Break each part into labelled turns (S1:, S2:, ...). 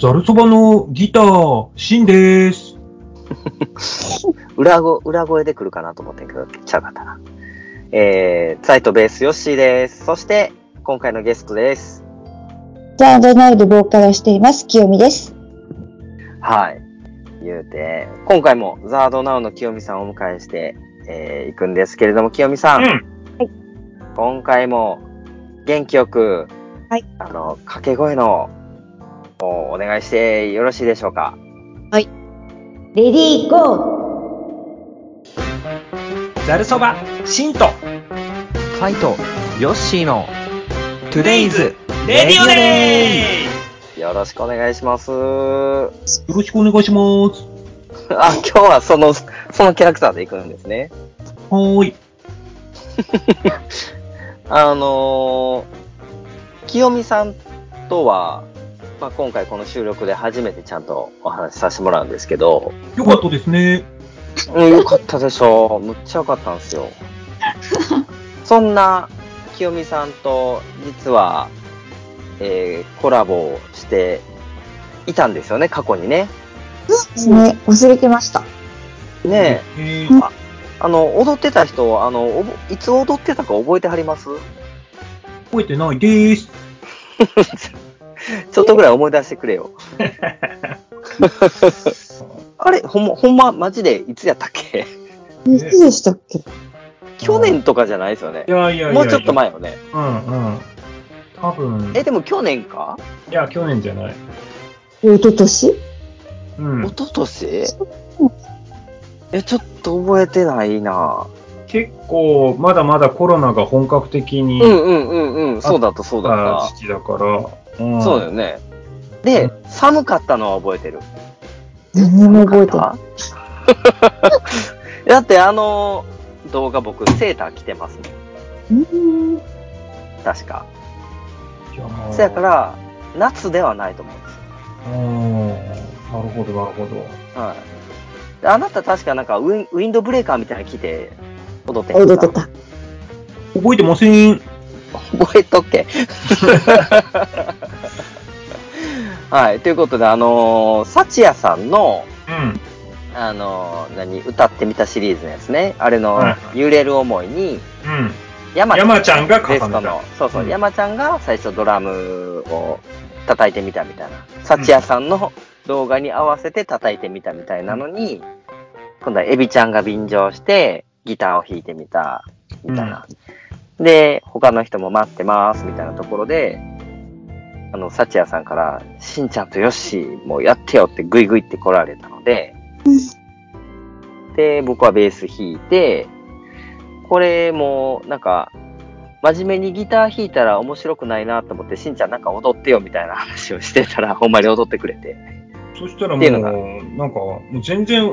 S1: ザルそばのギター、シンでーす。
S2: 裏ご裏声で来るかなと思ってんけど、ちゃうかったな。えー、サイトベースヨッシーです。そして、今回のゲストです。
S3: ザ・ドナルドボーカルをしています、清美です。
S2: はい。言うて、今回もザードナウの清美さんをお迎えして、えー、行くんですけれども、清美さん、
S1: うん。
S2: 今回も元気よく、
S3: はい
S2: あの、掛け声の方をお願いしてよろしいでしょうか。
S3: レディーゴー
S1: ザルそば、シンと、
S2: ファイト、ヨッシーの、
S1: トゥデイズ、レディオデ
S2: よろしくお願いします。あ、
S1: ーよろしくお願いします。
S2: 今日はその、そのキャラクターで行くんですね。
S1: はーい。
S2: あのー、清美さんとは、まあ、今回この収録で初めてちゃんとお話しさせてもらうんですけど、
S1: よかったですね。
S2: うん、よかったでしょむっちゃよかったんですよ。 そんな清美さんと実は、えーコラボをしていたんですよね、過去にね。
S3: ですね、忘れてました。
S2: ねえ、
S1: えー
S3: うん
S2: あの、踊ってた人、あの、おぼいつ踊ってたか覚えてはり ます
S1: 覚えてないでーす。
S2: ちょっとぐらい思い出してくれ よ。あれ、ほんま、ほんま、マジでいつやったっけ
S3: いつでしたっけ
S2: 去年とかじゃないですよね
S1: い。やいやいやいや。
S2: もうちょっと前よね。
S1: うんうん。多分、
S2: え、でも去年か
S1: いや、去年じゃない。
S3: 一昨年
S1: うん
S2: 一。昨年え、ちょっと覚えてないな
S1: 結構、まだまだコロナが本格的に、
S2: う
S1: うん、
S2: んうんうんうん。そうだった、そうだっ
S1: 時期だから、う
S2: た。
S1: ん、
S2: そうだよね。で、寒かったのは覚えてる。
S3: 何にも覚えてない。
S2: だってあの動画僕セーター着てますね。
S3: うーん
S2: 確か。
S1: いやもう
S2: そやか、ら、夏ではないと思うんですよ
S1: うん、なるほど、なるほど。
S2: はい。あなた確かなんかウィンウィンドブレーカーみたいなの着て踊ってへんか
S3: 踊ってた。
S1: 覚えてません。
S2: 覚えとっけ。 はい。ということで、あのー、サチヤさんの、
S1: うん。
S2: あのー、何、歌ってみたシリーズのやつね。あれの
S1: はい、
S2: 揺れる思いに、
S1: うん。
S2: 山
S1: 山ちゃんが重
S2: ゲ
S1: ねた
S2: ストの、そうそう、
S1: うん
S2: 山ちゃんが最初ドラムを叩いてみたみたいな。サチヤさんの動画に合わせて叩いてみたみたいなのに、今度はエビちゃんが便乗してギターを弾いてみた、みたいな。で、他の人も待ってます、みたいなところで、あの、サチヤさんから、しんちゃんとよっしーもうやってよってグイグイって来られたので、で、僕はベース弾いて、これも、なんか、真面目にギター弾いたら面白くないなと思って、しんちゃんなんか踊ってよみたいな話をしてたら、ほんまに踊ってくれて。
S1: そしたらも
S2: っ
S1: う、
S2: ていうの
S1: なん
S2: が
S1: か、もう全然、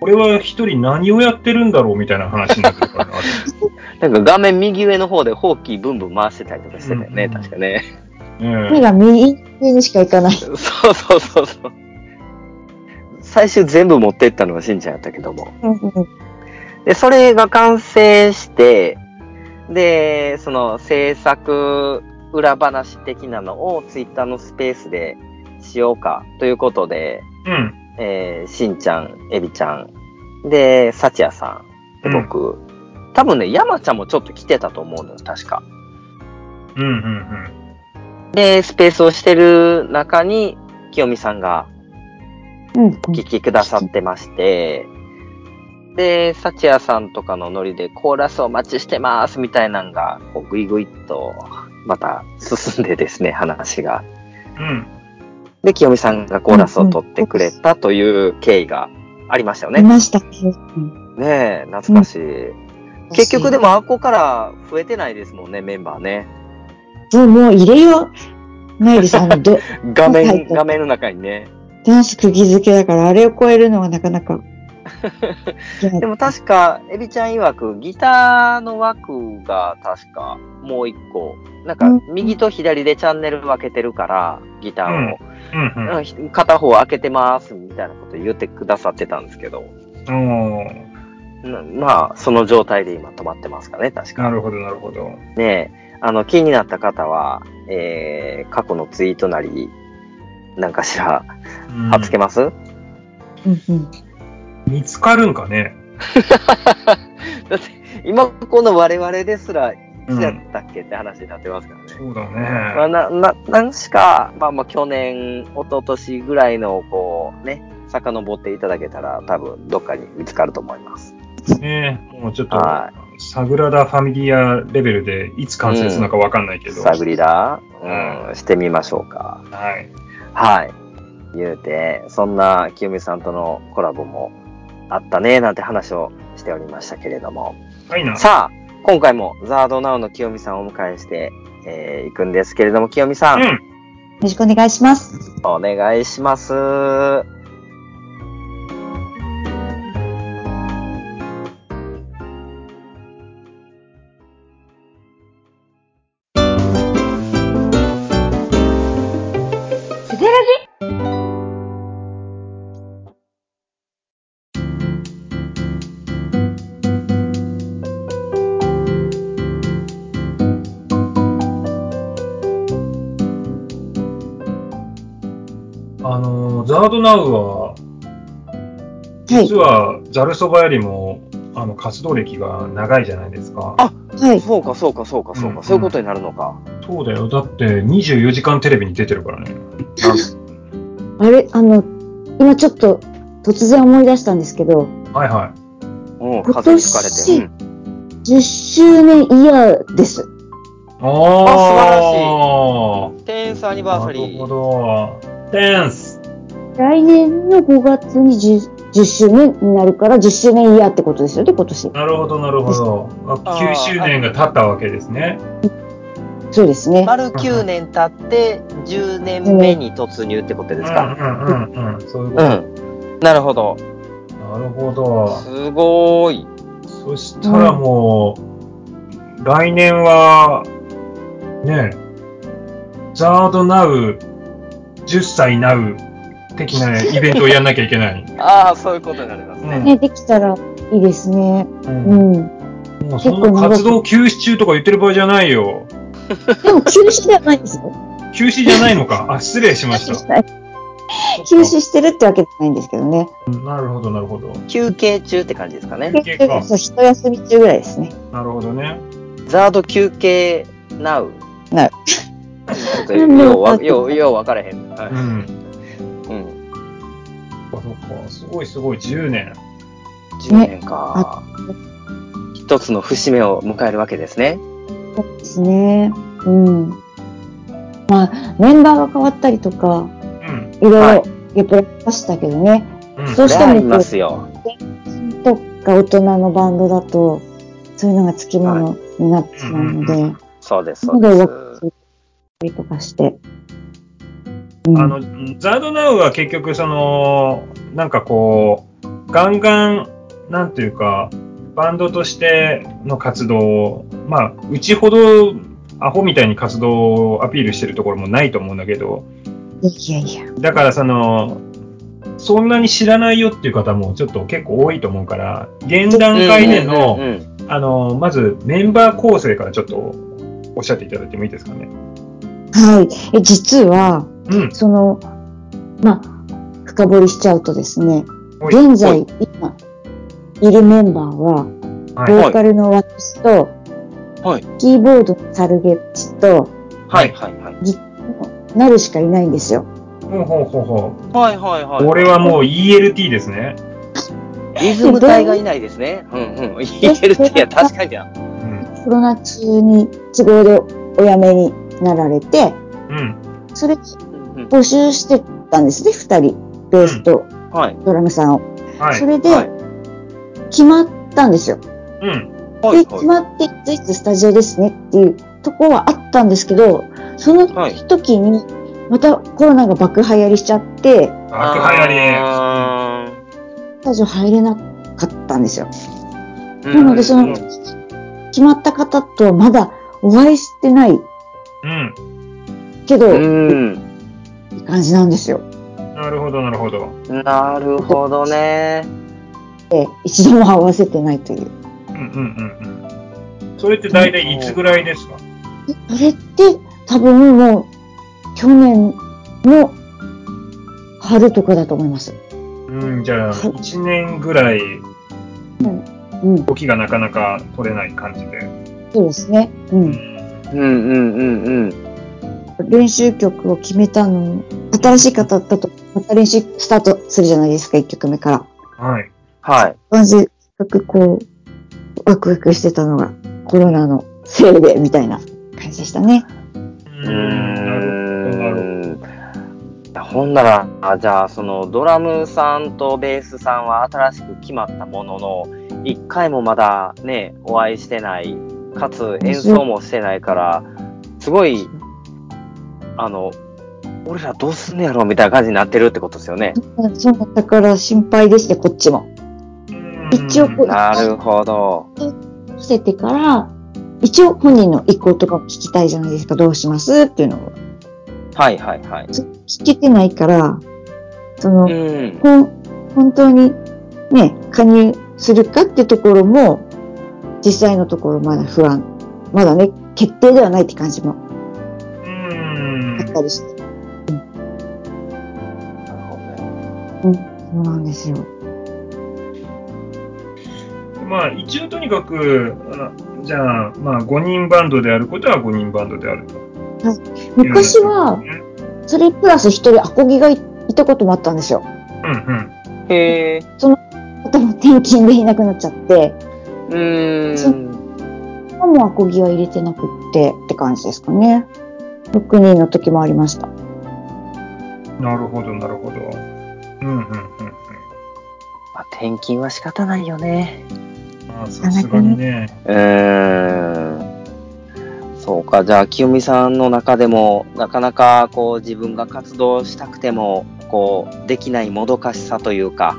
S1: 俺は一人何をやってるんだろうみたいな話になってる からね。あれ
S2: なんか画面右上の方でほうきブンブン回してたりとかしてたよね、
S1: うん
S2: 確かね。
S3: 目
S1: ね
S3: が右にしか行かない。
S2: そうそうそうそう。最終全部持ってったのはしんちゃんやったけども。
S3: うんうん
S2: で、それが完成して、で、その制作裏話的なのをツイッターのスペースでしようかということで、
S1: えうん。
S2: えーしんちゃん、えびちゃん、で、さちやさん、で、僕、多分ね、山ちゃんもちょっと来てたと思うのよ、確か。
S1: うんうん
S2: で、スペースをしてる中に、清美さんが
S3: うん
S2: お聞きくださってまして、で、さちやさんとかのノリでコーラスお待ちしてますみたいなんが、こうグイグイっと、また進んでですね、話が。
S1: うん。うん。
S2: で、清美さんがコーラスを取ってくれたという経緯がありましたよ
S3: い
S2: ね。
S3: ましたね。うん
S2: ねえ、懐かしい。結局で。もあっこから増えてないですもんね、メンバーね。
S3: そう、もう入れよう。ないです。あ の、ど
S2: 画
S3: は
S2: 面、
S3: い
S2: 画面の中にね。
S3: ダンス釘付けだから、あれを超えるのはなかなか。で
S2: でも確か、エビちゃん曰く、ギターの枠が確か、もう一個。なんか
S3: うん、
S2: 右と左でチャンネル分けてるから、ギターを。
S1: うん
S2: なんかひ片方開けてます、みたいなこと言ってくださってたんですけど。
S1: うん。おー
S2: なまあ、その状態で今止まってますかね、確か。
S1: なるほど、なるほど。
S2: ねえ、あの、気になった方は、えー過去のツイートなり、なんかしら、
S1: うん
S2: はっつ けます、
S3: うんうん。
S1: 見つかるんかね。
S2: だって、今この我々ですら、いつや
S1: うん
S2: ったっけって話になってますからね。
S1: そうだ
S2: まあ、
S1: ね。
S2: な、な、なんしか、まあまあ去年、一昨年ぐらいの、こうね、遡っていただけたら、多分どっかに見つかると思います。
S1: ねもうちょっと、
S2: は
S1: サグラダ・ファミリアレベルでいつ完成するのかわかんないけ
S2: い。
S1: ど。
S2: 探りだ、
S1: う
S2: うん、してみましょうか。
S1: はい。
S2: はい。言うて、そんな清美さんとのコラボもあったね、なんて話をしておりましたけれども。
S1: はいな。
S2: さあ、今回もザードナウの清美さんをお迎えして、えー、行くんですけれども、清美さ、
S1: うんん。
S3: よろしくお願いします。
S2: お願いします。
S1: あのー、ザードナウは、
S3: はい
S1: 実。はザルそばよりも、あの、活動歴が長いじゃないですか。
S2: あ
S3: はい。
S2: そうか、そうか、そうか、そう
S1: うん
S2: か、そういうことになるのか。
S1: そうだよ。だって、24時間テレビに出てるからね。
S3: あれ、あの、今ちょっと突然思い出したんですけど、
S1: はいは
S2: うん、
S3: 今
S2: 風に吹かれて。うん
S3: 10周年イヤーです。
S1: い。おー。
S2: あ素晴らしい
S1: 晴らしい。
S2: テンスアニバーサリ
S1: なるほ
S2: ー。
S1: ど。ダンス
S3: 来年の5月に 10, 10周年になるから10周年イヤーってことですよね、今年。
S1: なるほど、なるほど。あ
S2: あ
S1: 9
S2: ー
S1: 周年が経ったわけですね。
S3: そうですね。
S2: 丸9年経って、10年目に突入ってこと
S1: うん
S2: で
S1: う
S2: すか。
S1: んうんうん。そういうこ
S2: う
S1: と。
S2: ん。なるほど。
S1: なるほど。
S2: すごーい。
S1: そしたらもう、来年は、ねえ、ザードナウ、10歳ナウ的なイベントをやんなきゃいけない。
S2: ああ、そういうことになりますね。
S3: ね、できたらいいですね。
S1: う
S3: うんん。
S1: もうそんな活動休止中とか言ってる場合じゃないよ。
S3: でも休止ではないんですよ。
S1: 休止じゃないのか。あ、失礼しました。
S3: 休止してるってわけじゃないんですけどね。
S1: なるほど、なるほど。
S2: 休憩中って感じですかね。
S1: 休憩か
S3: そう一休み中ぐらいですね。
S1: なるほどね。
S2: ザード休憩ナウ。
S3: Now
S2: ちょっとようわ、よう、よう分からへん。はい。
S1: うん。
S2: うん。
S1: そっかそっか。すごいすごい、10年。
S2: 10年か。一つの節目を迎えるわけですね。
S3: そうですね。うん。まあ、メンバーが変わったりとか、
S1: うん。
S3: いろいろ、
S2: はい
S3: やっぱりありましたけどね。
S1: うん。
S3: そ
S2: そ
S3: うし
S2: れ
S3: て
S2: はあ
S3: もこ
S2: り
S3: う
S2: ますよ。
S3: とか大人のバンドだと、そういうのがつきものになってしまうので、
S1: はいうんう
S2: そうです、そ
S3: そううで
S2: で
S3: 分
S2: す。
S3: かったりとかして。うん
S1: あの、ザードナウは結局、その、なんかこう、ガンガン、なんていうか、バンドとしての活動を、まあ、うちほどアホみたいに活動をアピールしてるところもないと思うんだけど、
S3: いやいやいや。
S1: だからその、そんなに知らないよっていう方もちょっと結構多いと思うから、現段階で
S2: うんう
S1: の、
S2: んうん
S1: あの、まずメンバー構成からちょっとおっしゃっていただいてもいいですかね。
S3: はい。え実は、
S1: うん。
S3: その、まあ、深掘りしちゃうとですね、
S1: はい
S3: 現在、今、いるメンバーは、
S1: はい
S3: ボーカルの私と、
S2: はい
S3: キーボードのサルゲッチと、
S2: はい、はい、はい。
S3: なるしかいないんですよ。
S1: ほうほうほうほう。
S2: はい、はい、はい。
S1: これはもう ELT ですね。
S2: リズム隊がいないですね。うんうん。いけるって、確かにだ。
S1: うん。
S3: コロナ中に都合でお辞めになられて、
S1: うん。
S3: それ
S2: うん
S3: 募集してたんですね、二人。ベースと
S2: はい。
S3: ドラムさんを。
S1: はい
S3: そ。れで
S2: はい、
S3: 決まったんですよ。
S1: うん。
S2: はい
S3: で、決まって、いついつスタジオですねっていうとこはあったんですけど、その
S2: はい
S3: 時に、またコロナが爆流行りしちゃって、
S1: 爆流行
S2: あ
S3: スタジオ入れなかったんですよ。
S2: ー
S3: なので、そ
S1: うん
S3: の、決まった方とはまだお会いしてない
S1: り。うん。
S3: けど、
S2: う
S3: っ
S2: ん。
S3: て感じなんですよ。
S1: なるほど、なるほど。
S2: なるほどね。
S3: で、一度も会わせてないという。
S1: うんうんうんうん。それって大体いつぐらいですか
S3: でそれって、多分もう、去年の春とかだと思います。
S1: うん、じゃあ、
S3: はい
S1: 1年ぐらい、
S3: うん、
S1: 動きがなかなか取れない感じで。
S3: そうですね。う。
S1: うんん。
S2: うんうんうんうん。
S3: 練習曲を決めたの、新しい方だと、また練習スタートするじゃないですか、1曲目から。
S1: はい。
S2: はい。
S3: まず、せっかくこう、ワクワクしてたのが、コロナのせいで、みたいな感じでしたね。
S1: う
S2: う
S1: なるほど、なるほど。
S2: ーん。ほんなら、あじゃあ、そのドラムさんとベースさんは新しく決まったものの、一回もまだね、お会いしてない、かつ演奏もしてないから、すごい、あの、俺らどうすんのやろみたいな感じになってるってことですよね。
S3: うんそう、だから心配ですね、こっちも。一応こう
S2: なるほど。
S3: 伏せてから、一応本人の意向とかも聞きたいじゃないですか、どうしますっていうのを。
S2: はいはいはい。
S3: 聞けてないから、その、
S2: うん。
S3: ほん本当にね、加入するかってところも、実際のところまだ不安。まだね、決定ではないって感じも
S1: うん
S3: あったりして。
S2: なるほどね
S3: そうなんですよ。
S1: まあ一応とにかく、あじゃあ、まあ5人バンドであることは5人バンドであると。
S3: 昔は、それプラス一人アコギがいいたこともあったんですよ。
S1: うん
S2: へえ。
S3: でも転勤でいなくなっちゃって、
S2: うーん。
S3: 今もアコギは入れてなくってって感じですかね。6人の時もありました。
S1: うん。なるほど、なるほど。うんうんうんうん。
S2: まあ、転勤は仕方ないよね。
S1: まあさすがにね。
S2: うーんそうか、じゃあ、清美さんの中でも、なかなかこう自分が活動したくても、こう、できないもどかしさというか、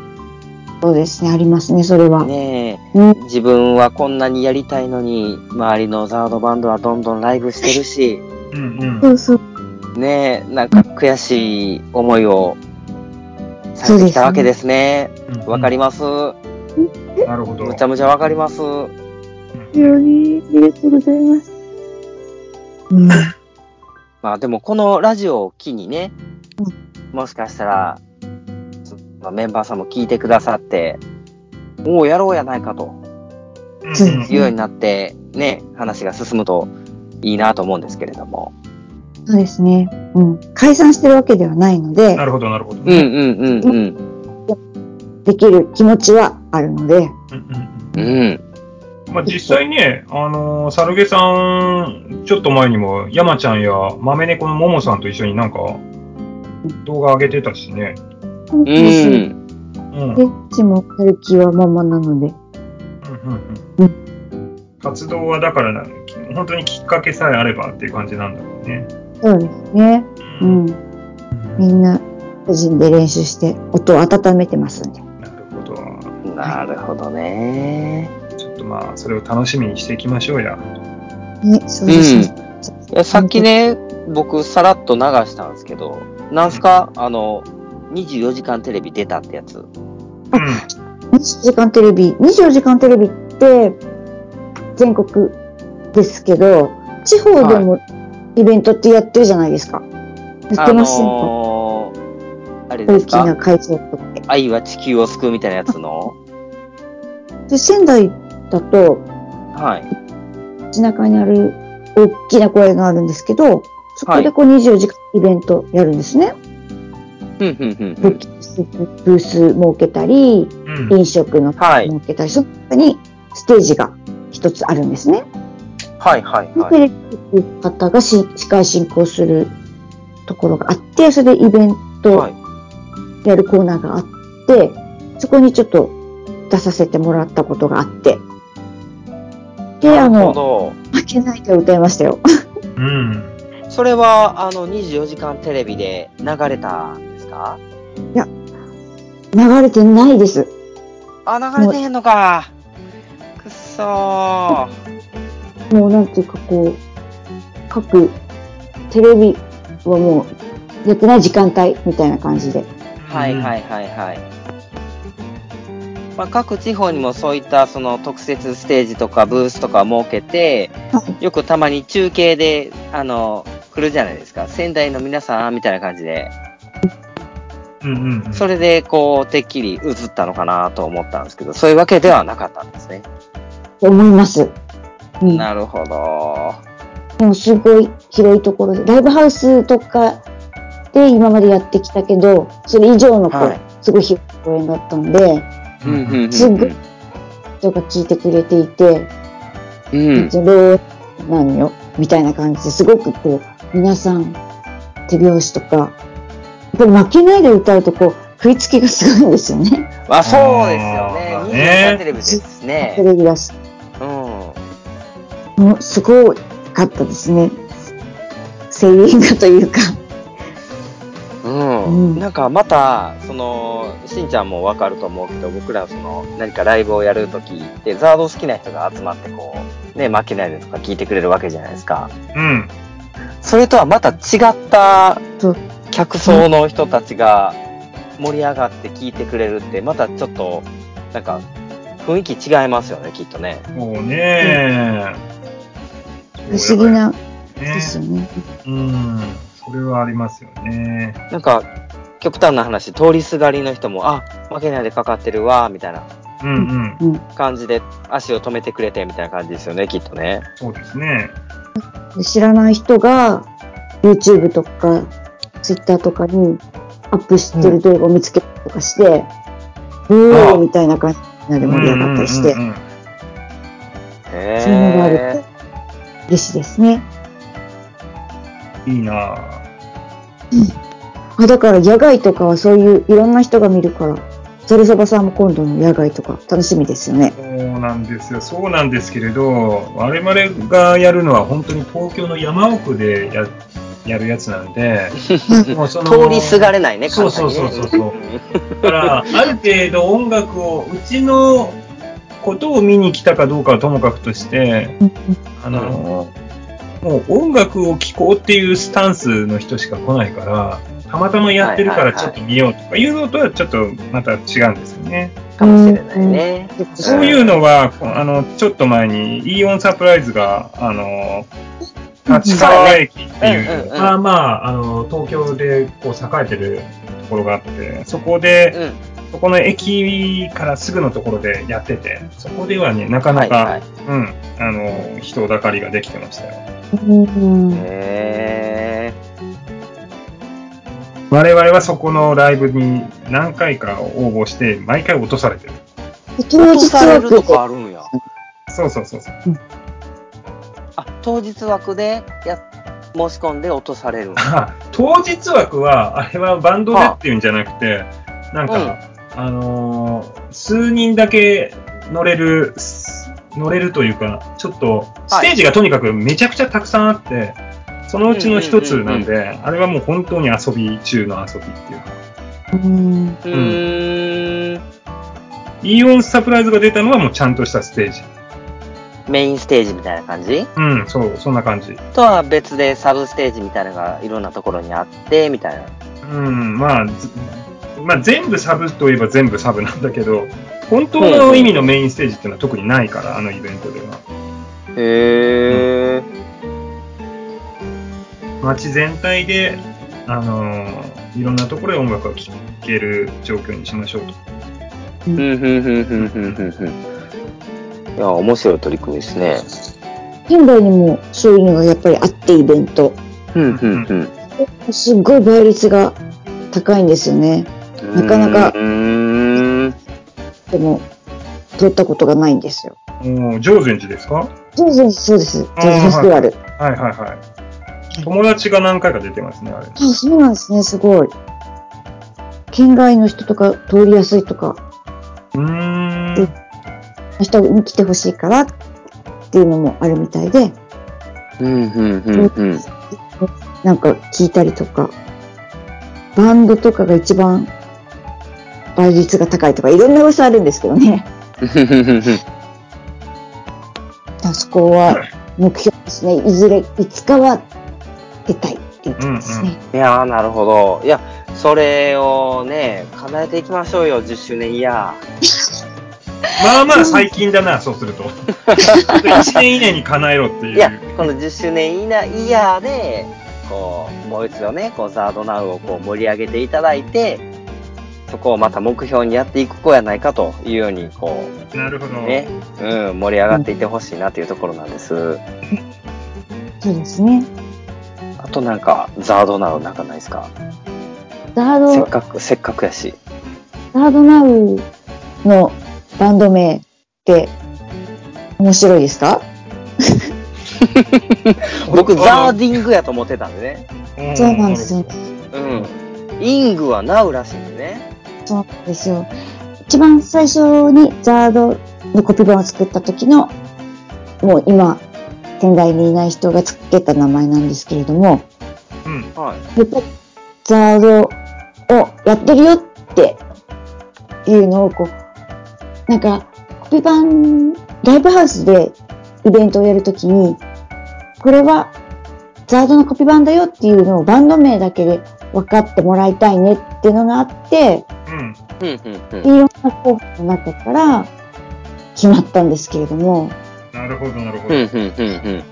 S3: そうですね、ありますね、それは。
S2: ねえ
S3: うん、
S2: 自分はこんなにやりたいのに、周りのザードバンドはどんどんライブしてるし、
S1: うんうん。
S3: そうそう。
S2: ねえなんか悔しい思いをされてきたわけですね。
S1: うんうん
S2: わ、かります。
S1: なるほど。
S2: むちゃむちゃわかります。
S3: に、ありがとうございます。うん、
S2: まあでもこのラジオを機にね、もしかしたら、そまあメンバーさんも聞いてくださって、もうやろうやないかと
S1: うん
S3: つい
S1: うん
S2: いうようになって、ね、話が進むといいなと思うんですけれども。
S3: そうですね。うん。解散してるわけではないので
S1: な、るほど、なるほど。
S2: うんうんうんうん。
S3: できる気持ちはあるので、
S1: うんうん
S2: う
S1: うん
S2: ん。
S1: まあ実際ね、あのー、サルゲさん、ちょっと前にも、山ちゃんや豆猫のももさんと一緒になんか、動画上げてたしね。
S3: 本当
S2: う
S3: にそうで
S2: ん。
S1: うん。
S3: うちもやる気はままなので、
S1: うんうんうん活動はだからな、本当にきっかけさえあればっていう感じなんだもんね。
S3: そうですね。う。
S1: うん
S3: みんな、個人で練習して、音を温めてますんで。
S1: なるほど。
S2: なるほどね。
S1: ちょっとまあ、それを楽しみにしていきましょうや。
S3: ね、そう
S2: うん。
S3: ですね。
S2: いやさっきね、僕さらっと流したんですけど、なんすかあの、24時間テレビ出たってやつ。
S1: う
S3: 24時間テレビ、24時間テレビって、全国ですけど、地方でもイベントってやってるじゃないですか。やっ
S2: あ
S3: てませんか、
S2: のー、あれで
S3: 大
S2: す
S3: き
S2: か
S3: な会場とかで。
S2: 愛は地球を救うみたいなやつの、
S3: で、仙台だと、
S2: はい。
S3: 街中にある大きな公園があるんですけど、そこでこう24時間イベントやるんですね。
S2: うん、うん、う
S3: ブ
S2: ん。
S3: ッスブース設けたり、
S1: ん。うん。
S3: 飲食の
S2: はい
S3: 設けたり、その中にステージが一つあるんですね。
S2: はい、はい、
S3: で
S2: は
S3: テ
S2: い。
S3: レビ局の方がし司会進行するところがあって、それでイベン
S2: は
S3: ト
S2: い、
S3: やるコーナーがあって、そこにちょっと出させてもらったことがあって。で、あ
S2: なるほ
S3: の、
S2: ど。
S3: 負けないで歌いましたよ。
S1: うん。
S2: それは、あの、24時間テレビで流れたんですか
S3: 流れてないです。
S2: あ、流れてへんのか。くっそー。
S3: もうなんていうかこう、各テレビはもうやってない時間帯みたいな感じで。
S2: はい、はい、はい、はい。まあ、各地方にもそういったその特設ステージとかブースとか設けて、よくたまに中継で、あの、来るじゃないですか。仙台の皆さん、みたいな感じで。
S1: うんうんうん。
S2: それで、こう、てっきり映ったのかなと思ったんですけど、そういうわけではなかったんですね。
S3: 思います。うん、
S2: なるほど。
S3: でもすごい広いところで、ライブハウスとかで今までやってきたけど、それ以上のこう、
S2: はい
S3: すごい広い公園だったので、
S1: うんうんうん。
S3: すごい人が聞いてくれていて、
S2: うん。
S3: それ何よみたいな感じですごくこう、皆さん手拍子とか、やっぱり負けないで歌うとこう、振り付けがすごいんですよね。
S2: まあ、そうですよね
S1: あー。
S2: 24テレビです
S3: テ
S2: ね。
S3: レビだし。
S2: うん。
S3: もうすごかったですね。声援がというか。
S2: うん、
S3: うん
S2: なんかまたそのしんちゃんもわかると思うけど僕らその何かライブをやるときってザード好きな人が集まってこうね負けないでとか聞いてくれるわけじゃないですか
S1: うん。
S2: それとはまた違った
S3: そう
S2: 客層の人たちが盛り上がって聞いてくれるってまたちょっとなんか雰囲気違いますよねきっとね
S1: もうね
S3: 不思議。な
S1: そうやね
S3: ですよね。
S1: うん。それはありますよね。
S2: なんか極端な話通りすがりの人もあ負けないでかかってるわみたいな
S1: うんうん。
S3: うん、
S2: 感じで足を止めてくれてみたいな感じですよねきっとね
S1: そうですね。
S3: で知らない人が YouTube とか Twitter とかにアップしてる動画を見つけたりとかして、う
S2: あ
S3: ー
S2: あ
S3: みたいな感じになで盛り上がったりして
S1: うんう、んうんうん
S2: へ
S3: そういうのがある嬉しいですね。
S1: いいなぁ。
S3: あだから野外とかはそういういろんな人が見るから、ざるそばさんも今度の野外とか楽しみですよね。
S1: そうなんですよ。そうなんですけれど、我々がやるのは本当に東京の山奥でややるやつなん で、もうその
S2: 通りすがれないね、
S1: そうそうそうそうそう。だから、ある程度音楽を、うちのことを見に来たかどうかはともかくとして、あの、もう音楽を聴こうっていうスタンスの人しか来ないから、たまたまやってるからちょっと見ようとかいうのとはちょっとまた違うんですよね。
S2: かもしれないね。
S1: そういうのは、あの、ちょっと前に、イオンサプライズが、あの、立川駅っていう、
S2: うんうんうん
S1: まあまあ、あの、東京でこう栄えてるところがあって、そこ
S2: う
S1: で、
S2: ん。
S1: そこの駅からすぐのところでやってて、そこではね、なか
S2: は
S1: ないか、
S2: はい。
S1: うん、あの、人だかりができてましたよ。
S3: うん
S2: へ
S1: 我々はそこのライブに何回か応募して、毎回落とされてる。
S3: 当日
S2: されると
S3: 枠
S2: かあるんや。
S1: そうそうそうそう。
S2: あ、当日枠でや申し込んで落とされるんや。
S1: あ当日枠は、あれはバンドでっていうんじゃなくて、なんか、あのー数人だけ乗れる、す乗れるというか、ちょっと、ステージがとにかくめちゃくちゃたくさんあって、そのうちの一つなんで、あれはもう本当に遊び中の遊びっていうか、
S3: うん
S2: うーん。
S1: イオンサプライズが出たのはもうちゃんとしたステージ。
S2: メインステージみたいな感じ
S1: うん、そう、そんな感じ。
S2: とは別でサブステージみたいなのがいろんなところにあって、みたいな。
S1: うん、まあ、ずまあ、全部サブといえば全部サブなんだけど、本当の意味のメインステージっていうのは特にないから、あのイベントでは。
S2: へえ。
S1: 街全体で、あのーいろんなところで音楽が聴ける状況にしましょうと。
S2: ふんふんふんふんふんふんふん。いや、面白い取り組みですね。
S3: 近代にもそういうのがやっぱりあってイベント。
S2: うんうんうん。
S3: すっごい倍率が高いんですよね。なかなか
S2: うーん。
S3: でも、取ったことがないんですよ。
S1: おー上善寺ですか
S3: そうです、そうです。ジャズフェスティバル。
S1: はいはいはい。友達が何回か出てますね、あれ。
S3: あそうなんですね、すごい。県外の人とか通りやすいとか、
S1: うーん。
S3: 人に来てほしいからっていうのもあるみたいで、
S2: うんうんうんうん。
S3: なんか聞いたりとか、バンドとかが一番倍率が高いとか、いろんな噂あるんですけどね。だからそこは目標ですね。いずれ、いつかは出たいっていうことですね。
S2: いやー、なるほど。いや、それをね、叶えていきましょうよ、10周年イヤ
S1: まあまあ最近だな、そうすると。1年以内に叶えろってい
S2: ー。
S1: う。
S2: いや、この10周年イヤイヤーで、こう、もう一度ね、こう、ザードナウをこう盛り上げていただいて、そこをまた目標にやっていく子やないかというように、こ
S1: なるほど。
S2: う、ね、うん、盛り上がっていってほしいなというところなんです。
S3: そうですね。
S2: あとなんか、ザードナウなんかないですか
S3: ザー
S2: せ
S3: ド
S2: っ、かく、せっかくやし。
S3: ザードナウのバンド名って面白いですか
S2: 僕、
S1: あ
S2: ザーディングやと思ってたんでね。
S3: そうなんですよ。
S2: うん。イングはナウらしいんでね。
S3: そうなんですよ。一番最初にザードのコピー版を作った時の、もう今、仙台にいない人がつけた名前なんですけれども、
S1: うん。
S2: はい。
S3: やっぱりザードをやってるよっていうのをこう、なんか、コピパン、ライブハウスでイベントをやるときに、これはザードのコピパンだよっていうのをバンド名だけで分かってもらいたいねっていうのがあって、
S1: うん。
S2: うん、うん、
S3: いろんな候補の中から決まったんですけれども、
S1: なるほど、なるほ
S2: うん。う
S1: ど。
S2: ん、うん、うん、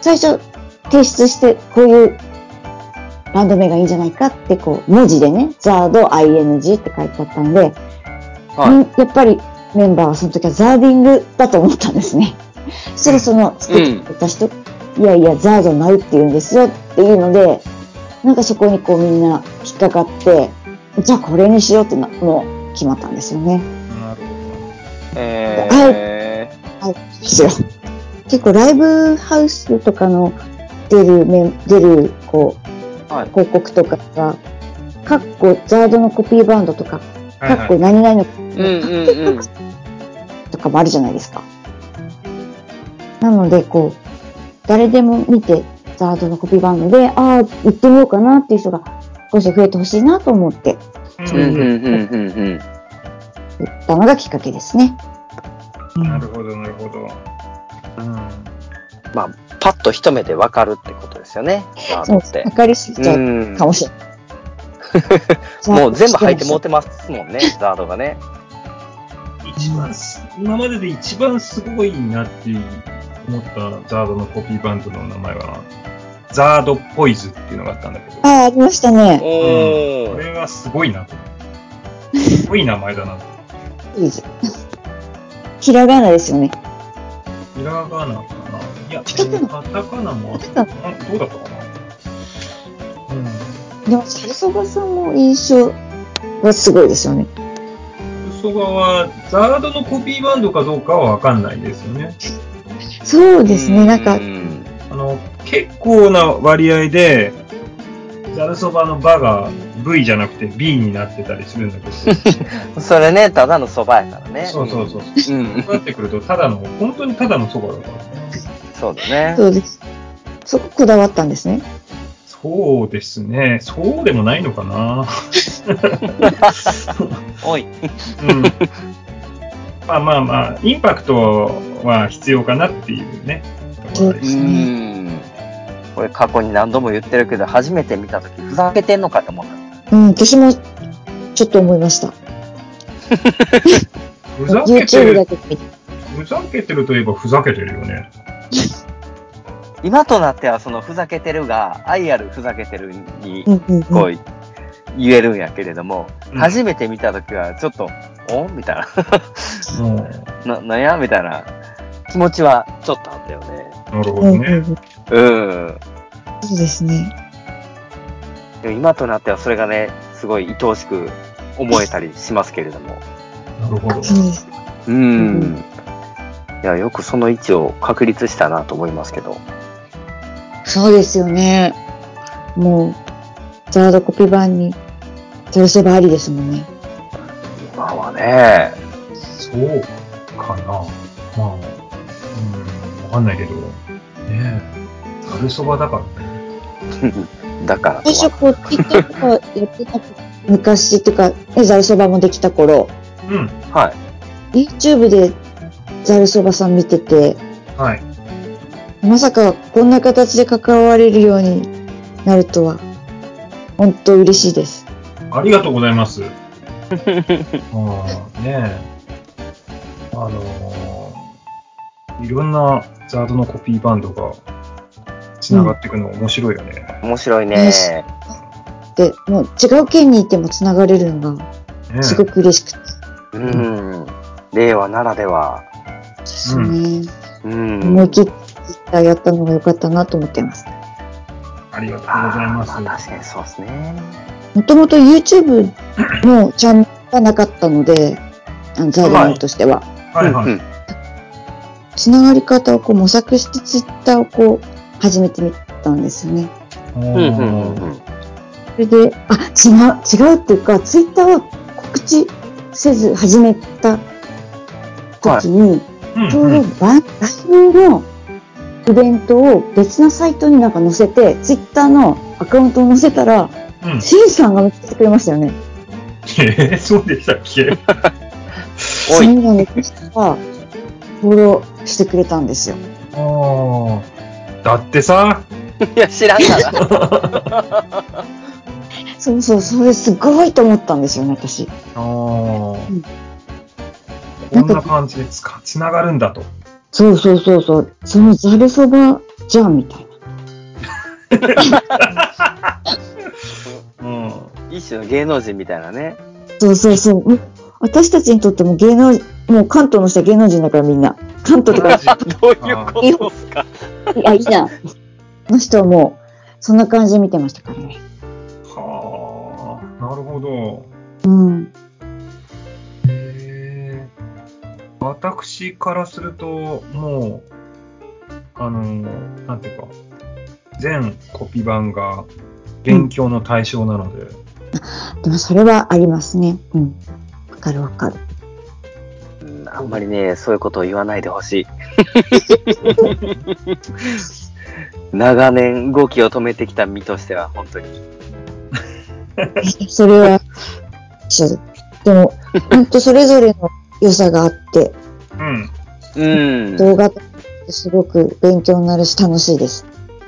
S3: 最初提出してこういうバンド名がいいんじゃないかってこう文字でね、ザード ING って書いてあったんで、
S2: はい。
S3: うんやっぱりメンバーはその時はザーディングだと思ったんですね。そしたらその作ってた人、いやいやザードになるって言うんですよっていうので、なんかそこにこうみんな引っかかって、じゃあこれにしようってな、もう決まったんですよね。
S1: なるほ
S2: えー。
S3: ですよ。結構ライブハウスとかの出るメン、出る、こう、
S2: はい
S3: 広告とかが、かっこザードのコピーバンドとか、
S1: ど。はい
S3: かっ
S1: は
S3: こ
S1: い。
S3: 何々の
S2: うん、うん、うん。
S3: とかもあるじゃないですか。なので、こう、誰でも見て、ザードのコピーバンドで、ああ、行ってみようかなっていう人が少し増えてほしいなと思って、
S2: うん、うん、
S1: うん
S2: うん、うん、うん。
S3: 行ったのがきっかけですね。
S1: なるほど、なるほど。うん。
S2: まあ、パッと一目でわかるってことですよね。ザー
S3: そ
S2: ド
S3: う
S2: って
S3: わ。かりすぎちゃ
S2: う
S3: うんかもしれない。
S2: もう全部入ってもうてますもんね、ザードがね。
S1: 一番す、今までで一番すごいなって思ったザードのコピーバンドの名前は、ザードポイズっていうのがあったんだけど、
S3: ああ、ありましたね。
S2: お
S1: こ
S2: ー。
S1: れがすごいなと思って。すごい名前だなと。
S3: いいですひらがなですよね。
S1: ひらがなかないや、
S3: カタカナ
S1: カタカナもあった
S3: カタ
S1: あどうだったかなうん。
S3: でも、サルソバさんの印象はすごいですよね。
S1: そばは、ザードのコピーバンドかどうかはわかんないですよね。
S3: そうです
S2: う
S3: ね、なんか
S2: う、ん
S1: あの、結構な割合で、ザルそばのバが V じゃなくて B になってたりするんだけど、
S2: それね、ただの蕎麦やからね。
S1: そうそうそう。そ
S2: うん。うん
S1: うなってくると、ただの、本当にただのそばだからね。
S2: そうだね。
S3: そうです。そここだわったんですね。
S1: そうですね。そうでもないのかな。
S2: おい。
S1: うん。まあまあまあ、インパクトは必要かなっていうね。ところで
S2: う
S1: す
S2: ん。これ過去に何度も言ってるけど、初めて見たとき、ふざけてんのかと思った。
S3: うん、私もちょっと思いました。
S1: ふざけて
S3: YouTube だ
S1: る、
S3: け見て。
S1: ふざけてるといえばふざけてるよね。
S2: 今となっては、そのふざけてるが、愛あるふざけてるに
S3: う、んうん
S2: こ
S3: うん。
S2: う、言えるんやけれども、
S1: うん
S2: 初めて見たときは、ちょっと、おみたい
S1: うん
S2: な。な、 なんやみたいな気持ちはちょっとあったよね。
S1: なるほど
S3: うんうんう
S1: ね。
S3: ん、
S2: うん。
S3: そうですね。
S2: でも今となってはそれがね、すごい愛おしく思えたりしますけれども。
S1: なるほど。
S3: そうです。
S2: うん。
S3: うん
S2: いや、よくその位置を確立したなと思いますけど。
S3: そうですよね。もう、ザードコピー版に、ザルソバありですもんね。
S2: 今は ね、
S1: そうかな。まあ、うん、わかんないけど。ねえ。ざるそばだからね。
S2: だからと
S3: 最初
S2: は。
S3: こう、TikTok とかやってた昔っていうか、ね、ザルそばもできた頃、
S1: うん。
S2: はい。
S3: YouTube でザルそばさん見てて、
S1: はい。
S3: まさかこんな形で関われるようになるとは、本当嬉しいです。
S1: ありがとうございます。うん、ねえ。あのーいろんなザードのコピーバンドが繋がっていくの面白いよね。
S2: 面白いね。
S3: って、もう違う県にいても繋がれるのが、
S1: ね
S3: すごく嬉しくて。
S2: うん。令和ならでは。
S3: ですね。
S2: うん。
S3: 思い切ってやったのが良かったなと思ってます。
S1: ありがとうご
S2: あ
S1: ざいます。
S2: ーまあ確かにそうですね。
S3: もともと YouTube のチャンネルがなかったので、あのザードマンとしては。
S1: はいはい。
S2: うん
S3: つながり方をこう模索して Twitter をこう始めてみたんですよね。
S2: う
S1: うん
S2: うんうんうん。
S3: それで、あ、違う、違うっていうか、ツイッターは告知せず始めた時に、ちょうど番組のイベントを別なサイトになんか載せて、ツイッターのアカウントを載せたら、
S1: うん
S3: シンさんが見つけてくれましたよね。
S1: えー、そうでしたっけ
S2: おい
S3: シンさんがフォローしてくれたんですよ。
S1: あーだってさ、
S2: いや、知らんから。
S3: そうそう、それすごいと思ったんですよね、私。
S1: あー
S3: うん
S1: こんな感じでつかつながるんだと。
S3: そうそうそうそう、そのザルそばじゃんみたいな。
S1: うん。
S2: 一種の芸能人みたいなね。
S3: そうそうそう。もう私たちにとっても芸能人、もう関東の人は芸能人だからみんな。関東 とか、
S2: どういうことですか
S3: いや、いいな。の人はもう、そんな感じで見てましたからね。
S1: はあ、なるほど。
S3: うん。
S1: へえ私からすると、もう、あの、なんていうか、全コピ版が勉強の対象なので、
S3: でもそれはありますね。うん。わかるわかる。
S2: うんあんまりね、そういうことを言わないでほ しい。長年動きを止めてきた身としては、本当に。
S3: それは、一緒で。でも、ほんとそれぞれの良さがあって、
S1: うん、
S2: うん。
S3: 動画ってすごく勉強になるし楽しいです。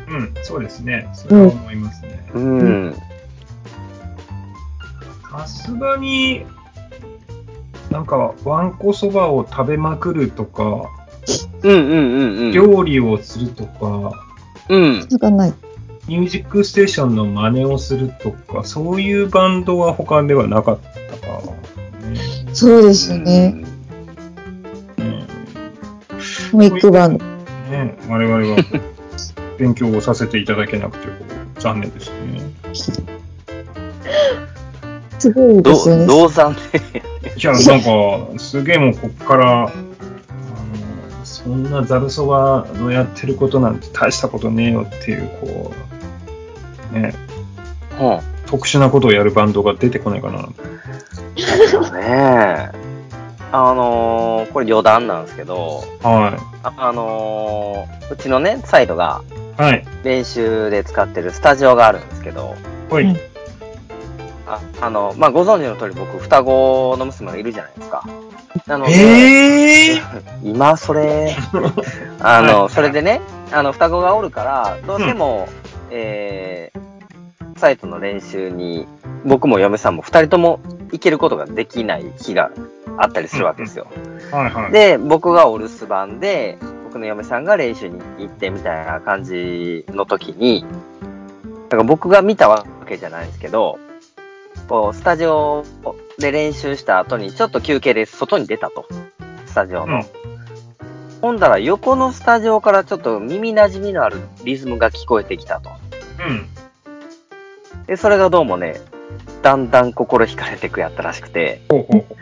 S1: うん、そうですね。それは思いますね。
S2: うん。
S1: さすがに、なんか、わんこそばを食べまくるとか、
S2: うんうんうんうん。
S1: 料理をするとか、
S2: うん。
S3: なんかない。
S1: ミュージックステーションの真似をするとか、そういうバンドは他ではなかったか、ね。
S3: そうですね。
S1: うん
S3: もう一個番。
S1: ね、 我々は勉強をさせていただけなくて、残念ですね。
S3: すごいですよ
S2: ど
S3: ね。
S2: 動産で。
S1: いや、なんか、すげえもうこっから、あのそんなざるそばのやってることなんて大したことねえよっていう、こう、ね、
S2: うん。
S1: 特殊なことをやるバンドが出てこないかな。
S2: ねえ。あのー、これ余談なんですけど、
S1: は
S2: あ、あのー、うちのね、サイドが
S1: い。はい。
S2: 練習で使ってるスタジオがあるんですけど、
S1: ほ
S3: う
S1: い
S3: ん。
S2: ああの、まあ、ご存知の通り僕、双子の娘がいるじゃないですか。なので、
S1: えー
S2: 今それ、あの、それでね、あの、双子がおるから、どうしても、えー、サイトの練習に、僕も嫁さんも二人とも行けることができない日があったりするわけですよ。
S1: はいはい。
S2: で、僕がお留守番で、僕の嫁さんが練習に行ってみたいな感じの時に、なんか僕が見たわけじゃないんですけど、こう、スタジオで練習した後に、ちょっと休憩で外に出たと。スタジオの。ほんだら横のスタジオからちょっと耳馴染みのあるリズムが聞こえてきたと。
S1: うん。
S2: で、それがどうもね、だんだん心惹かれてくやったらしくて、
S1: ほうほうほ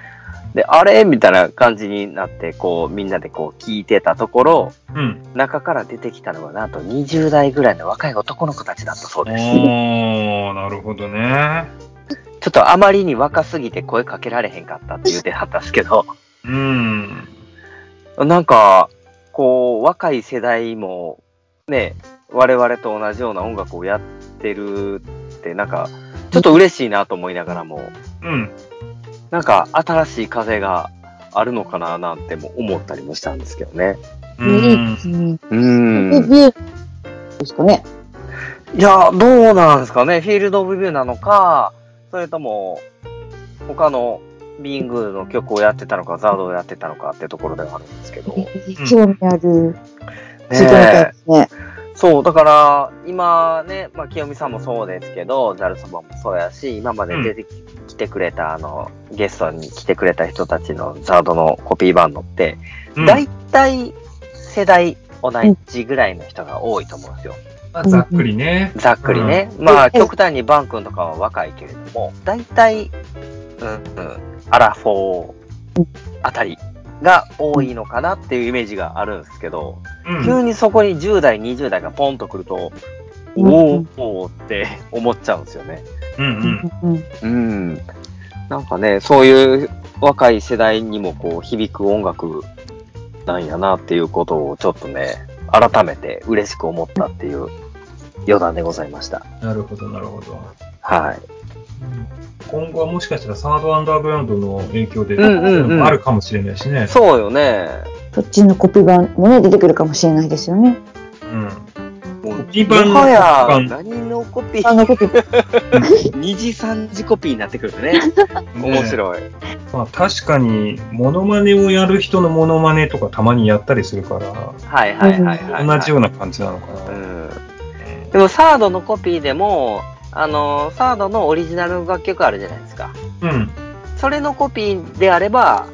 S2: で、あれみたいな感じになって、こう、みんなでこう聞いてたところ、
S1: う。うん。
S2: 中から出てきたのが、なんと20代ぐらいの若い男の子たちだったそうです。
S1: おー、なるほどね。
S2: ちょっとあまりに若すぎて声かけられへんかったって言うてはったんですけど、
S1: うん。
S2: なんか、こう、若い世代も、ね、我々と同じような音楽をやってるって、なんか、ちょっと嬉しいなと思いながらも、
S1: うん。
S2: なんか、新しい風があるのかななんても思ったりもしたんですけどね。
S1: う
S3: いい
S1: ん
S3: で。すね。
S2: う
S3: で
S2: ん。
S3: ビールですかね。
S2: いや、どうなんですかね。フィールド・オブ・ビューなのか、それとも、他のビーイングの曲をやってたのか、ザードをやってたのかってところではあるんですけど。ね
S3: 興味ある。聞いてみたい
S2: え
S3: ですね。
S2: そう、だから、今ね、まあ、清美さんもそうですけど、ザルそばもそうやし、今まで出てき来てくれた、あの、ゲストに来てくれた人たちのザードのコピーバンドって、
S1: うん
S2: 大体、世代同じぐらいの人が多いと思うんですよ。
S1: まあざっくりね。
S2: ざっくりね。まあ、極端にバン君とかは若いけれども、大体、うん、うん、アラフォーあたりが多いのかなっていうイメージがあるんですけど、
S1: うん。
S2: 急にそこに10代、20代がポンと来ると、
S3: うん
S2: おーおーって思っちゃうんですよね。
S1: うん
S3: うんうん
S2: うん。なんかね、そういう若い世代にもこう響く音楽なんやなっていうことをちょっとね、改めて嬉しく思ったっていう余談でございました。
S1: うん。なるほど、なるほど。
S2: はい。
S1: 今後はもしかしたらサードアンダーグラウンドの影響で、
S2: うんうんうん
S1: あるかもしれないしね。
S2: そうよね。
S3: そっちのコピー版もね、出てくるかもしれないですよね。
S1: うん。
S2: も
S1: コ
S2: う
S1: ピー版の
S2: もはや、
S1: コピー
S2: 何のコピ
S3: あ
S2: ー
S3: のコピー、
S2: 二次三次コピーになって くるね。面
S1: ね
S2: 白い。
S1: まあ確かに、モノマネをやる人のモノマネとかたまにやったりするか
S2: はいはいはいはい、は
S1: ら、
S2: い。
S1: 同じような感じなのか
S2: う
S1: な。
S2: ん。でもサードのコピーでも、あのサードのオリジナルの楽曲あるじゃないですか。
S1: うん。
S2: それのコピーであれば、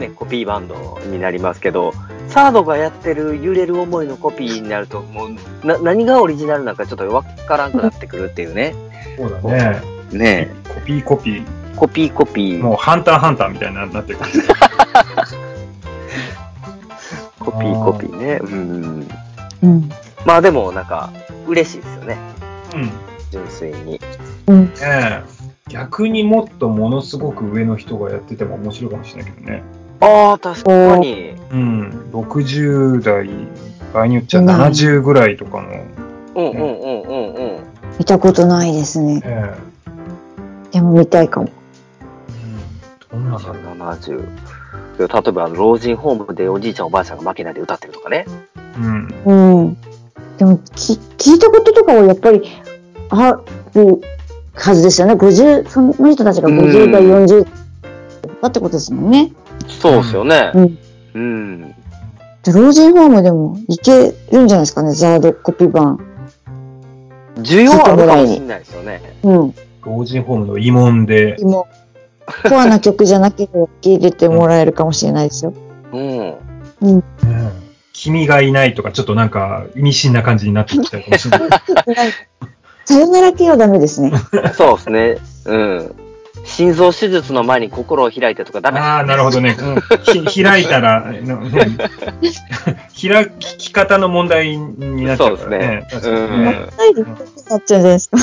S2: ね、コピーバンドになりますけど、サードがやってる揺れる思いのコピーになると、もうな何がオリジナルなのかちょっとわからんくなってくるっていうね。
S1: そうだね。
S2: ね
S1: コピーコピー。
S2: えコピーコピー、
S1: もうハンターハンターみたいになってる。
S2: コピーコピーね。うん。
S3: うん。
S2: まあでもなんか、嬉しいですよね。
S1: うん。
S2: 純粋に。
S3: うん。
S1: ねえ逆にもっとものすごく上の人がやってても面白いかもしれないけどね。
S2: ああ、確かに。
S1: うん。60代、場合によっちゃ70ぐらいとかの。
S2: うんうんうんうんうん。
S3: 見たことないですね。
S1: え
S3: でも見たいかも。
S1: えどんなだろう。
S2: 70。例えば、あの老人ホームでおじいちゃんおばあちゃんが負けないで歌ってるとかね。
S1: うん。
S3: うん。でも、き、聞いたこととかはやっぱり、あるはずですよね。50、その人たちが50代、
S2: うん
S3: 40だってことですもんね。
S2: そうですよね。
S3: うん。
S2: うん。
S3: で老人ホームでもいけるんじゃないですかね。ザードコピー版。
S2: 需要あるかもしれないですよね。
S3: うん。
S1: 老人ホームの慰問で。
S3: でも、コアな曲じゃなければ聞いててもらえるかもしれないですよ。
S2: うん。
S1: ねえ君がいないとか、ちょっとなんか意味深な感じになってきたかもしれない。
S3: さよなら系はダメですね。
S2: そうですね。うん。心臓手術の前に心を開いてとかダメ。
S1: ああ、なるほどね。うんひ開いたら、なね開き方の問題になっちゃ
S2: そう
S1: うか
S2: です
S1: らね
S2: ね。。
S1: 確
S2: う
S1: かにね
S2: ん。
S3: 入るなっちゃうじゃないですか。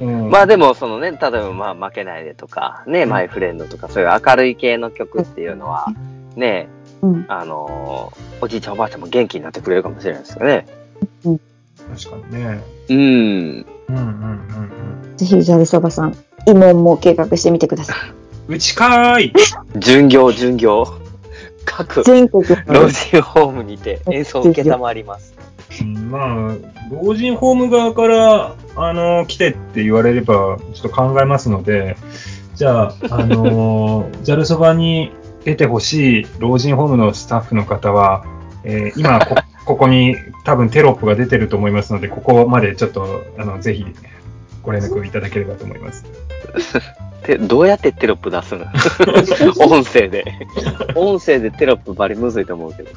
S1: うん。
S2: まあでも、そのね、例えば、まあ、負けないでとか、ね、マイフレンドとか、そういう明るい系の曲っていうのは、ね、
S3: うん。
S2: あのーおじいちゃんおばあちゃんも元気になってくれるかもしれないですよね。
S1: 確かにね。
S2: うん。
S1: うんうんうんうん。
S3: ぜひ、ザルそばさん、慰問も計画してみてください。
S1: うちかーい
S2: 巡業、巡業。各
S3: 全国
S2: 老
S3: の
S2: 人ホームにて演奏を受けたまわります。
S1: うんまあ、老人ホーム側から、あの、来てって言われれば、ちょっと考えますので、じゃあ、あの、 ザルそばに出てほしい老人ホームのスタッフの方は、えー今こ、 ここに多分テロップが出てると思いますので、ここまでちょっと、あの、ぜひ、ご連絡いただければと思います。
S2: てどうやってテロップ出すの 音声で。音声でテロップバリむずいと思うけど。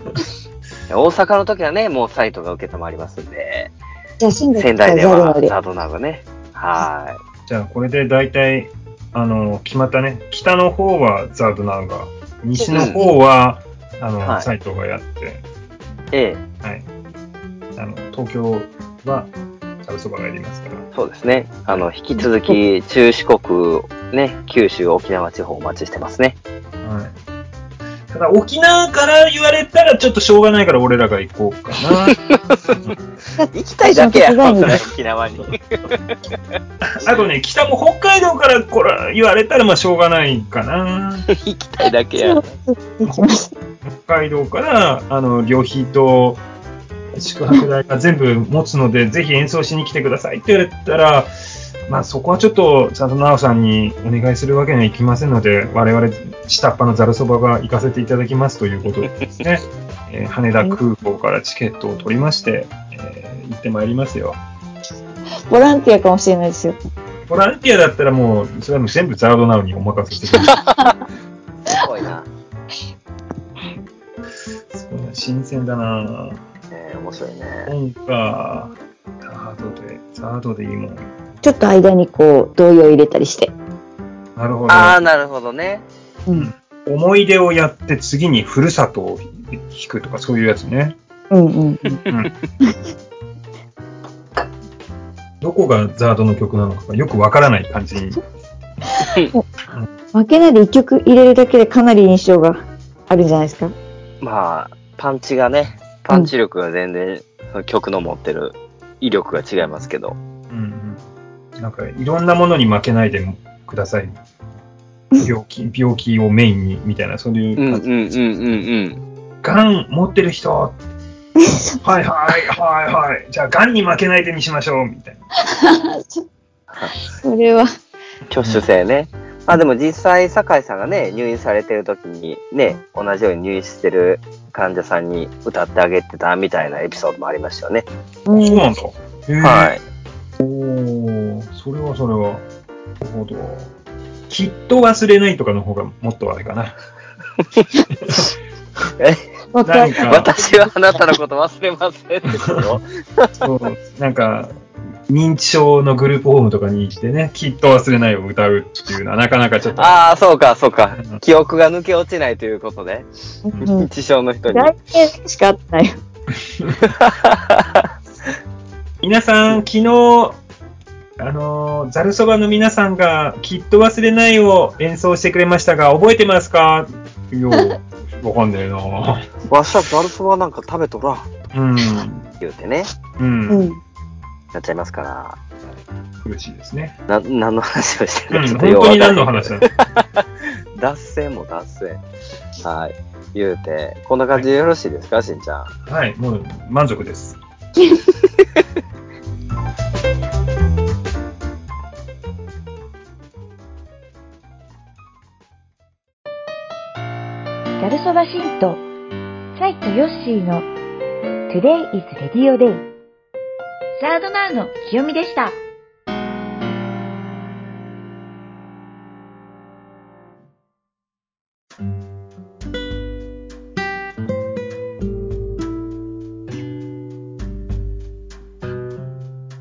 S2: 大阪の時はね、もうサイトが受けたまわりますんで、
S3: じゃあ、仙
S2: 仙
S3: 台
S2: 台で
S3: からザル
S2: は
S3: まで。
S2: サードなどね。は
S1: じゃあ、これで大体、あの、決まったね。北の方はザードナウが、西の方は、あの、
S2: はい
S1: 斎藤がやって、
S2: い。ええ、
S1: はい。あの、東京は、ざるそばがやりますから。
S2: そうですね。あの、引き続き、中四国、ね、九州、沖縄地方お待ちしてますね。
S1: はい。ただ、沖縄から言われたら、ちょっとしょうがないから、俺らが行こうか な。
S2: 行きたいだけやろ、それ沖縄に。
S1: あとね、北も北海道からこれ言われたら、まあ、しょうがないかな。
S2: 行きたいだけや
S3: そ
S2: ろ
S3: う。行きます。
S1: 北海道から、あの、旅費と、宿泊代が全部持つので、ぜひ演奏しに来てくださいって言われたら、まあそこはちょっと、ちゃんと奈緒さんにお願いするわけにはいきませんので、我々、下っ端のざるそばが行かせていただきますということですね。えー羽田空港からチケットを取りまして、えー行ってまいりますよ。
S3: ボランティアかもしれないですよ。
S1: ボランティアだったらもう、それはもう全部ザードナウにお任せしてくれる
S2: すごいな。
S1: そんな新鮮だなぁ。
S2: えー面白いね。
S1: 本か。ザードで、ザードでいいもん。
S3: ちょっと間にこう、動揺入れたりして。
S1: なるほど。
S2: ああ、なるほどね。
S3: うん。
S1: 思い出をやって次にふるさとを弾くとかそういうやつね。
S3: うんうんうん。
S1: どこがザードの曲なのかがよくわからない感じに。
S3: 負けないで一曲入れるだけでかなり印象があるんじゃないですか。
S2: まあ、パンチがね、パンチ力が全然、その曲の持ってる威力が違いますけど。
S1: うんうん、なんかいろんなものに負けないでください。病気、病気をメインにみたいな、そういう
S2: うんう
S1: 感
S2: ん
S1: じ。
S2: うんうん
S1: がん持ってる人はいはいはいはい。じゃあ、がんに負けないでにしましょうみたいな。
S3: それは。
S2: うん。挙手制ね。まあでも実際、酒井さんがね、入院されてる時にね、同じように入院してる患者さんに歌ってあげてたみたいなエピソードもありましたよね。
S3: うん
S1: そうなんだ。へえ
S2: はい。
S1: おーそれはそれは。なるほど。きっと忘れないとかの方がもっとあれかな。
S3: わか
S1: なん
S3: る。
S1: か、
S2: 私はあなたのこと忘れませんですよ。
S1: そう、なんか、認知症のグループホームとかに行ってね、きっと忘れないを歌うっていうのは、なかなかちょっと、
S2: ああ、そうか、そうか。記憶が抜け落ちないということで、
S3: うん。
S2: 認知症の人に。
S3: 大 体しかあってないよ。
S1: 皆さん、昨日、あのー、ざるそばの皆さんが、きっと忘れないを演奏してくれましたが、覚えてますかよう、わかんねえな
S2: わしゃざるそばなんか食べとらん。
S1: うん、
S2: 言うてね、
S1: うん、
S3: うん。
S2: なっちゃいますから。
S1: 苦しいですね。
S2: な、何の話をして
S1: う
S2: る
S1: ん、
S2: の
S1: 本当に何の話なの
S2: 脱線も脱線。はい。言うて、こんな感じでよろしいですか、しんちゃん。
S1: はい、もう満足です。
S4: ガルソバシント、サイトヨッシーの Today is Radio Day サードナウの清美でした。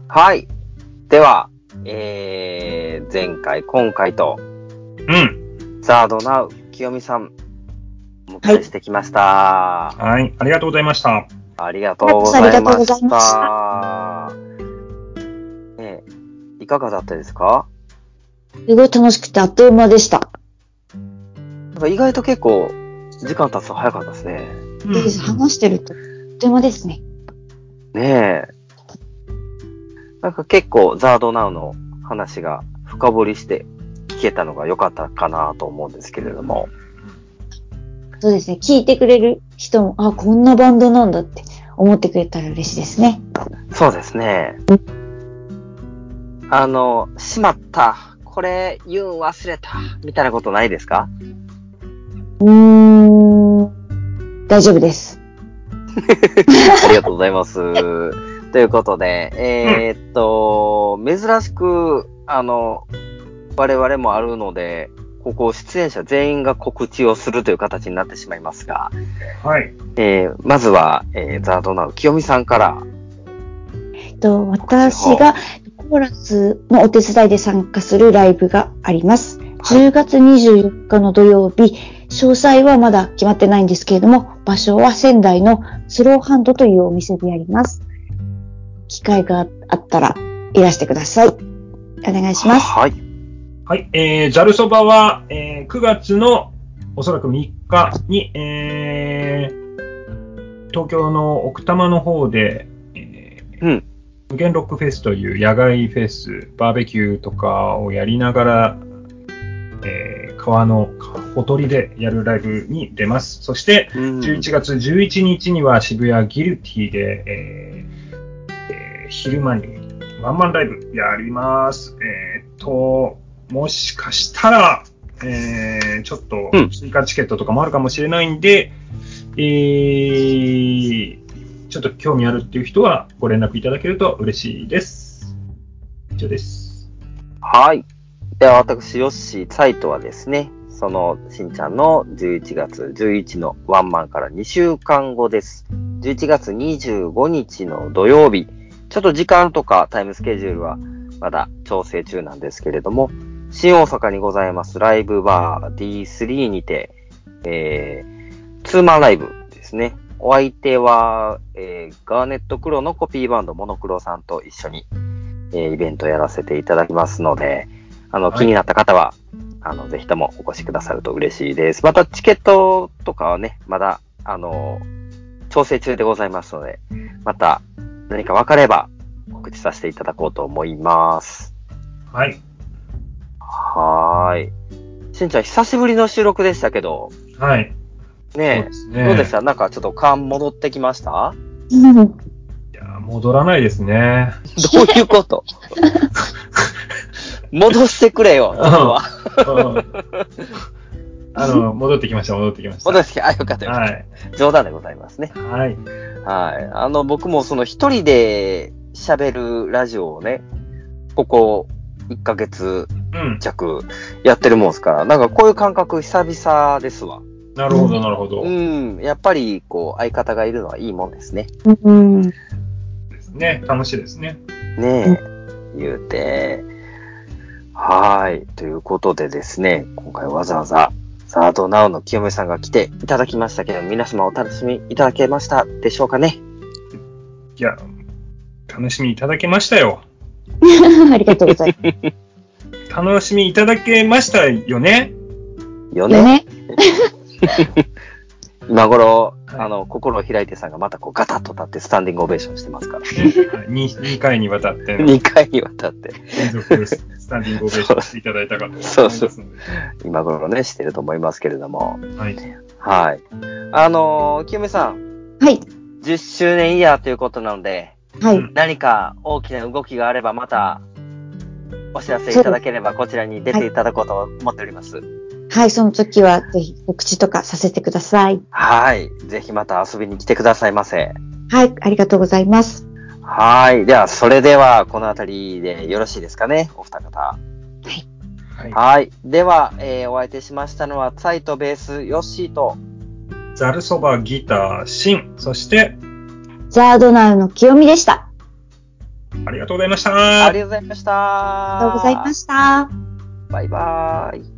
S2: はい。では、えー、前回、今回と、
S1: うん、
S2: ザードナウ、清美さん、お迎えしてきました。
S1: はい、ありがとうございました。
S2: ありがとうございました。ねえいかがだったですか
S3: すごい楽しくてあっという間でした。
S2: なんか意外と結構、時間経つの早かったですね。
S1: うん
S3: で話してると、あっという間ですね。
S2: ねえ。なんか結構、ザードナウの話が深掘りして聞けたのが良かったかなと思うんですけれども。
S3: そうですね。聞いてくれる人も、あ、こんなバンドなんだって思ってくれたら嬉しいですね。
S2: そうですね。あの、しまった。これ、言うん忘れた。みたいなことないですか
S3: うーん。大丈夫です。
S2: ありがとうございます。ということで、えーっと、珍しく、あの、我々もあるので、ここ出演者全員が告知をするという形になってしまいますが、
S1: はい。
S2: えーまずは、えーザードナウ清美さんから、
S3: えっと、私がコーラスのお手伝いで参加するライブがあります。10月24日の土曜日、詳細はまだ決まってないんですけれども、場所は仙台のスローハンドというお店でやります。機会があったらいらしてください。お願いします。
S2: はい。
S1: はい、えー、ざるそばは、えー9月のおそらく3日に、えー東京の奥多摩の方で、えー
S2: うん
S1: 無限ロックフェスという野外フェス、バーベキューとかをやりながら、えー川のほとりでやるライブに出ます。そして、
S2: うん
S1: 11月11日には渋谷ギルティで、えーえー昼間にワンマンライブやります。えーっと、もしかしたら、えーちょっと
S2: うん
S1: 追加チケットとかもあるかもしれないんで、えー、ちょっと興味あるっていう人はご連絡いただけると嬉しいです。以上です。
S2: はい。では、私、ヨッシー、サイトはですね、その、しんちゃんの11月11のワンマンから2週間後です。11月25日の土曜日、ちょっと時間とかタイムスケジュールはまだ調整中なんですけれども、新大阪にございますライブバー D3 にて、えー、ツーマンライブですね。お相手は、えーガーネットクロのコピーバンドモノクロさんと一緒に、えーイベントをやらせていただきますので、あの、
S1: はい
S2: 気になった方は、あの、ぜひともお越しくださると嬉しいです。また、チケットとかはね、まだ、あの、調整中でございますので、また、何か分かれば、告知させていただこうと思います。
S1: はい。
S2: はーい。しんちゃん、久しぶりの収録でしたけど、
S1: はい。
S2: ね
S1: す
S2: え、
S1: ね
S2: どうでしたなんかちょっと勘戻ってき ました
S3: うん
S1: いやー、戻らないですね。
S2: どういうこと 戻してくれよ、僕は。
S1: うんあ の、戻ってきました、戻ってきました。
S2: 戻してきて、あ、よかったよかっ
S1: はい。
S2: た。冗談でございますね。
S1: はい。
S2: はい。あの、僕もその一人で喋るラジオをね、ここ1ヶ月
S1: うん。
S2: 弱やってるもんですから、なんかこういう感覚久々ですわ。
S1: なるほど、なるほど。
S2: うん。やっぱり、こう、相方がいるのはいいもんですね。
S3: うん。
S1: ですね。楽しいですね。
S2: ねえ、言うて。はーい。ということでですね、今回わざわざ、サードナウの清美さんが来ていただきましたけど、皆様お楽しみいただけましたでしょうかね。
S1: いや、楽しみいただけましたよ。
S3: ありがとうございま
S1: 楽しみいただけましたよね。
S2: よ
S3: す。よ
S2: ね。
S3: ね。
S2: 今頃、
S1: はい
S2: あの、心を開いてさんがまたこうガタッと立ってスタンディングオベーションしてますから。
S1: 2, 2回にわたっての
S2: 2回にわたって、
S1: 連続ですスタンディングオベーションしていただいたかと思います
S2: そうそう
S1: ので
S2: 今頃ね、してると思いますけれども。
S1: はい。
S2: はい。あのー、清美さん、
S3: はい。
S2: 10周年イヤーということなので、
S3: はい。
S2: 何か大きな動きがあればまたお知らせいただければこちらに出ていただこうと思っております。
S3: はい、その時はぜひ告知とかさせてください。
S2: はい。ぜひまた遊びに来てくださいませ。
S3: はい、ありがとうございます。
S2: はい。では、それではこのあたりでよろしいですかね、お二方。
S1: はい、
S2: はい。では、えーお相手しましたのは、サイとベース、ヨッシーと、
S1: ザルそば、ギター、シン、そして、
S3: ザードナウの清美でした。
S1: ありがとうございまし
S2: あ
S1: た
S2: り。がとうございました。
S3: ありがとうございました。
S2: バイバーイ。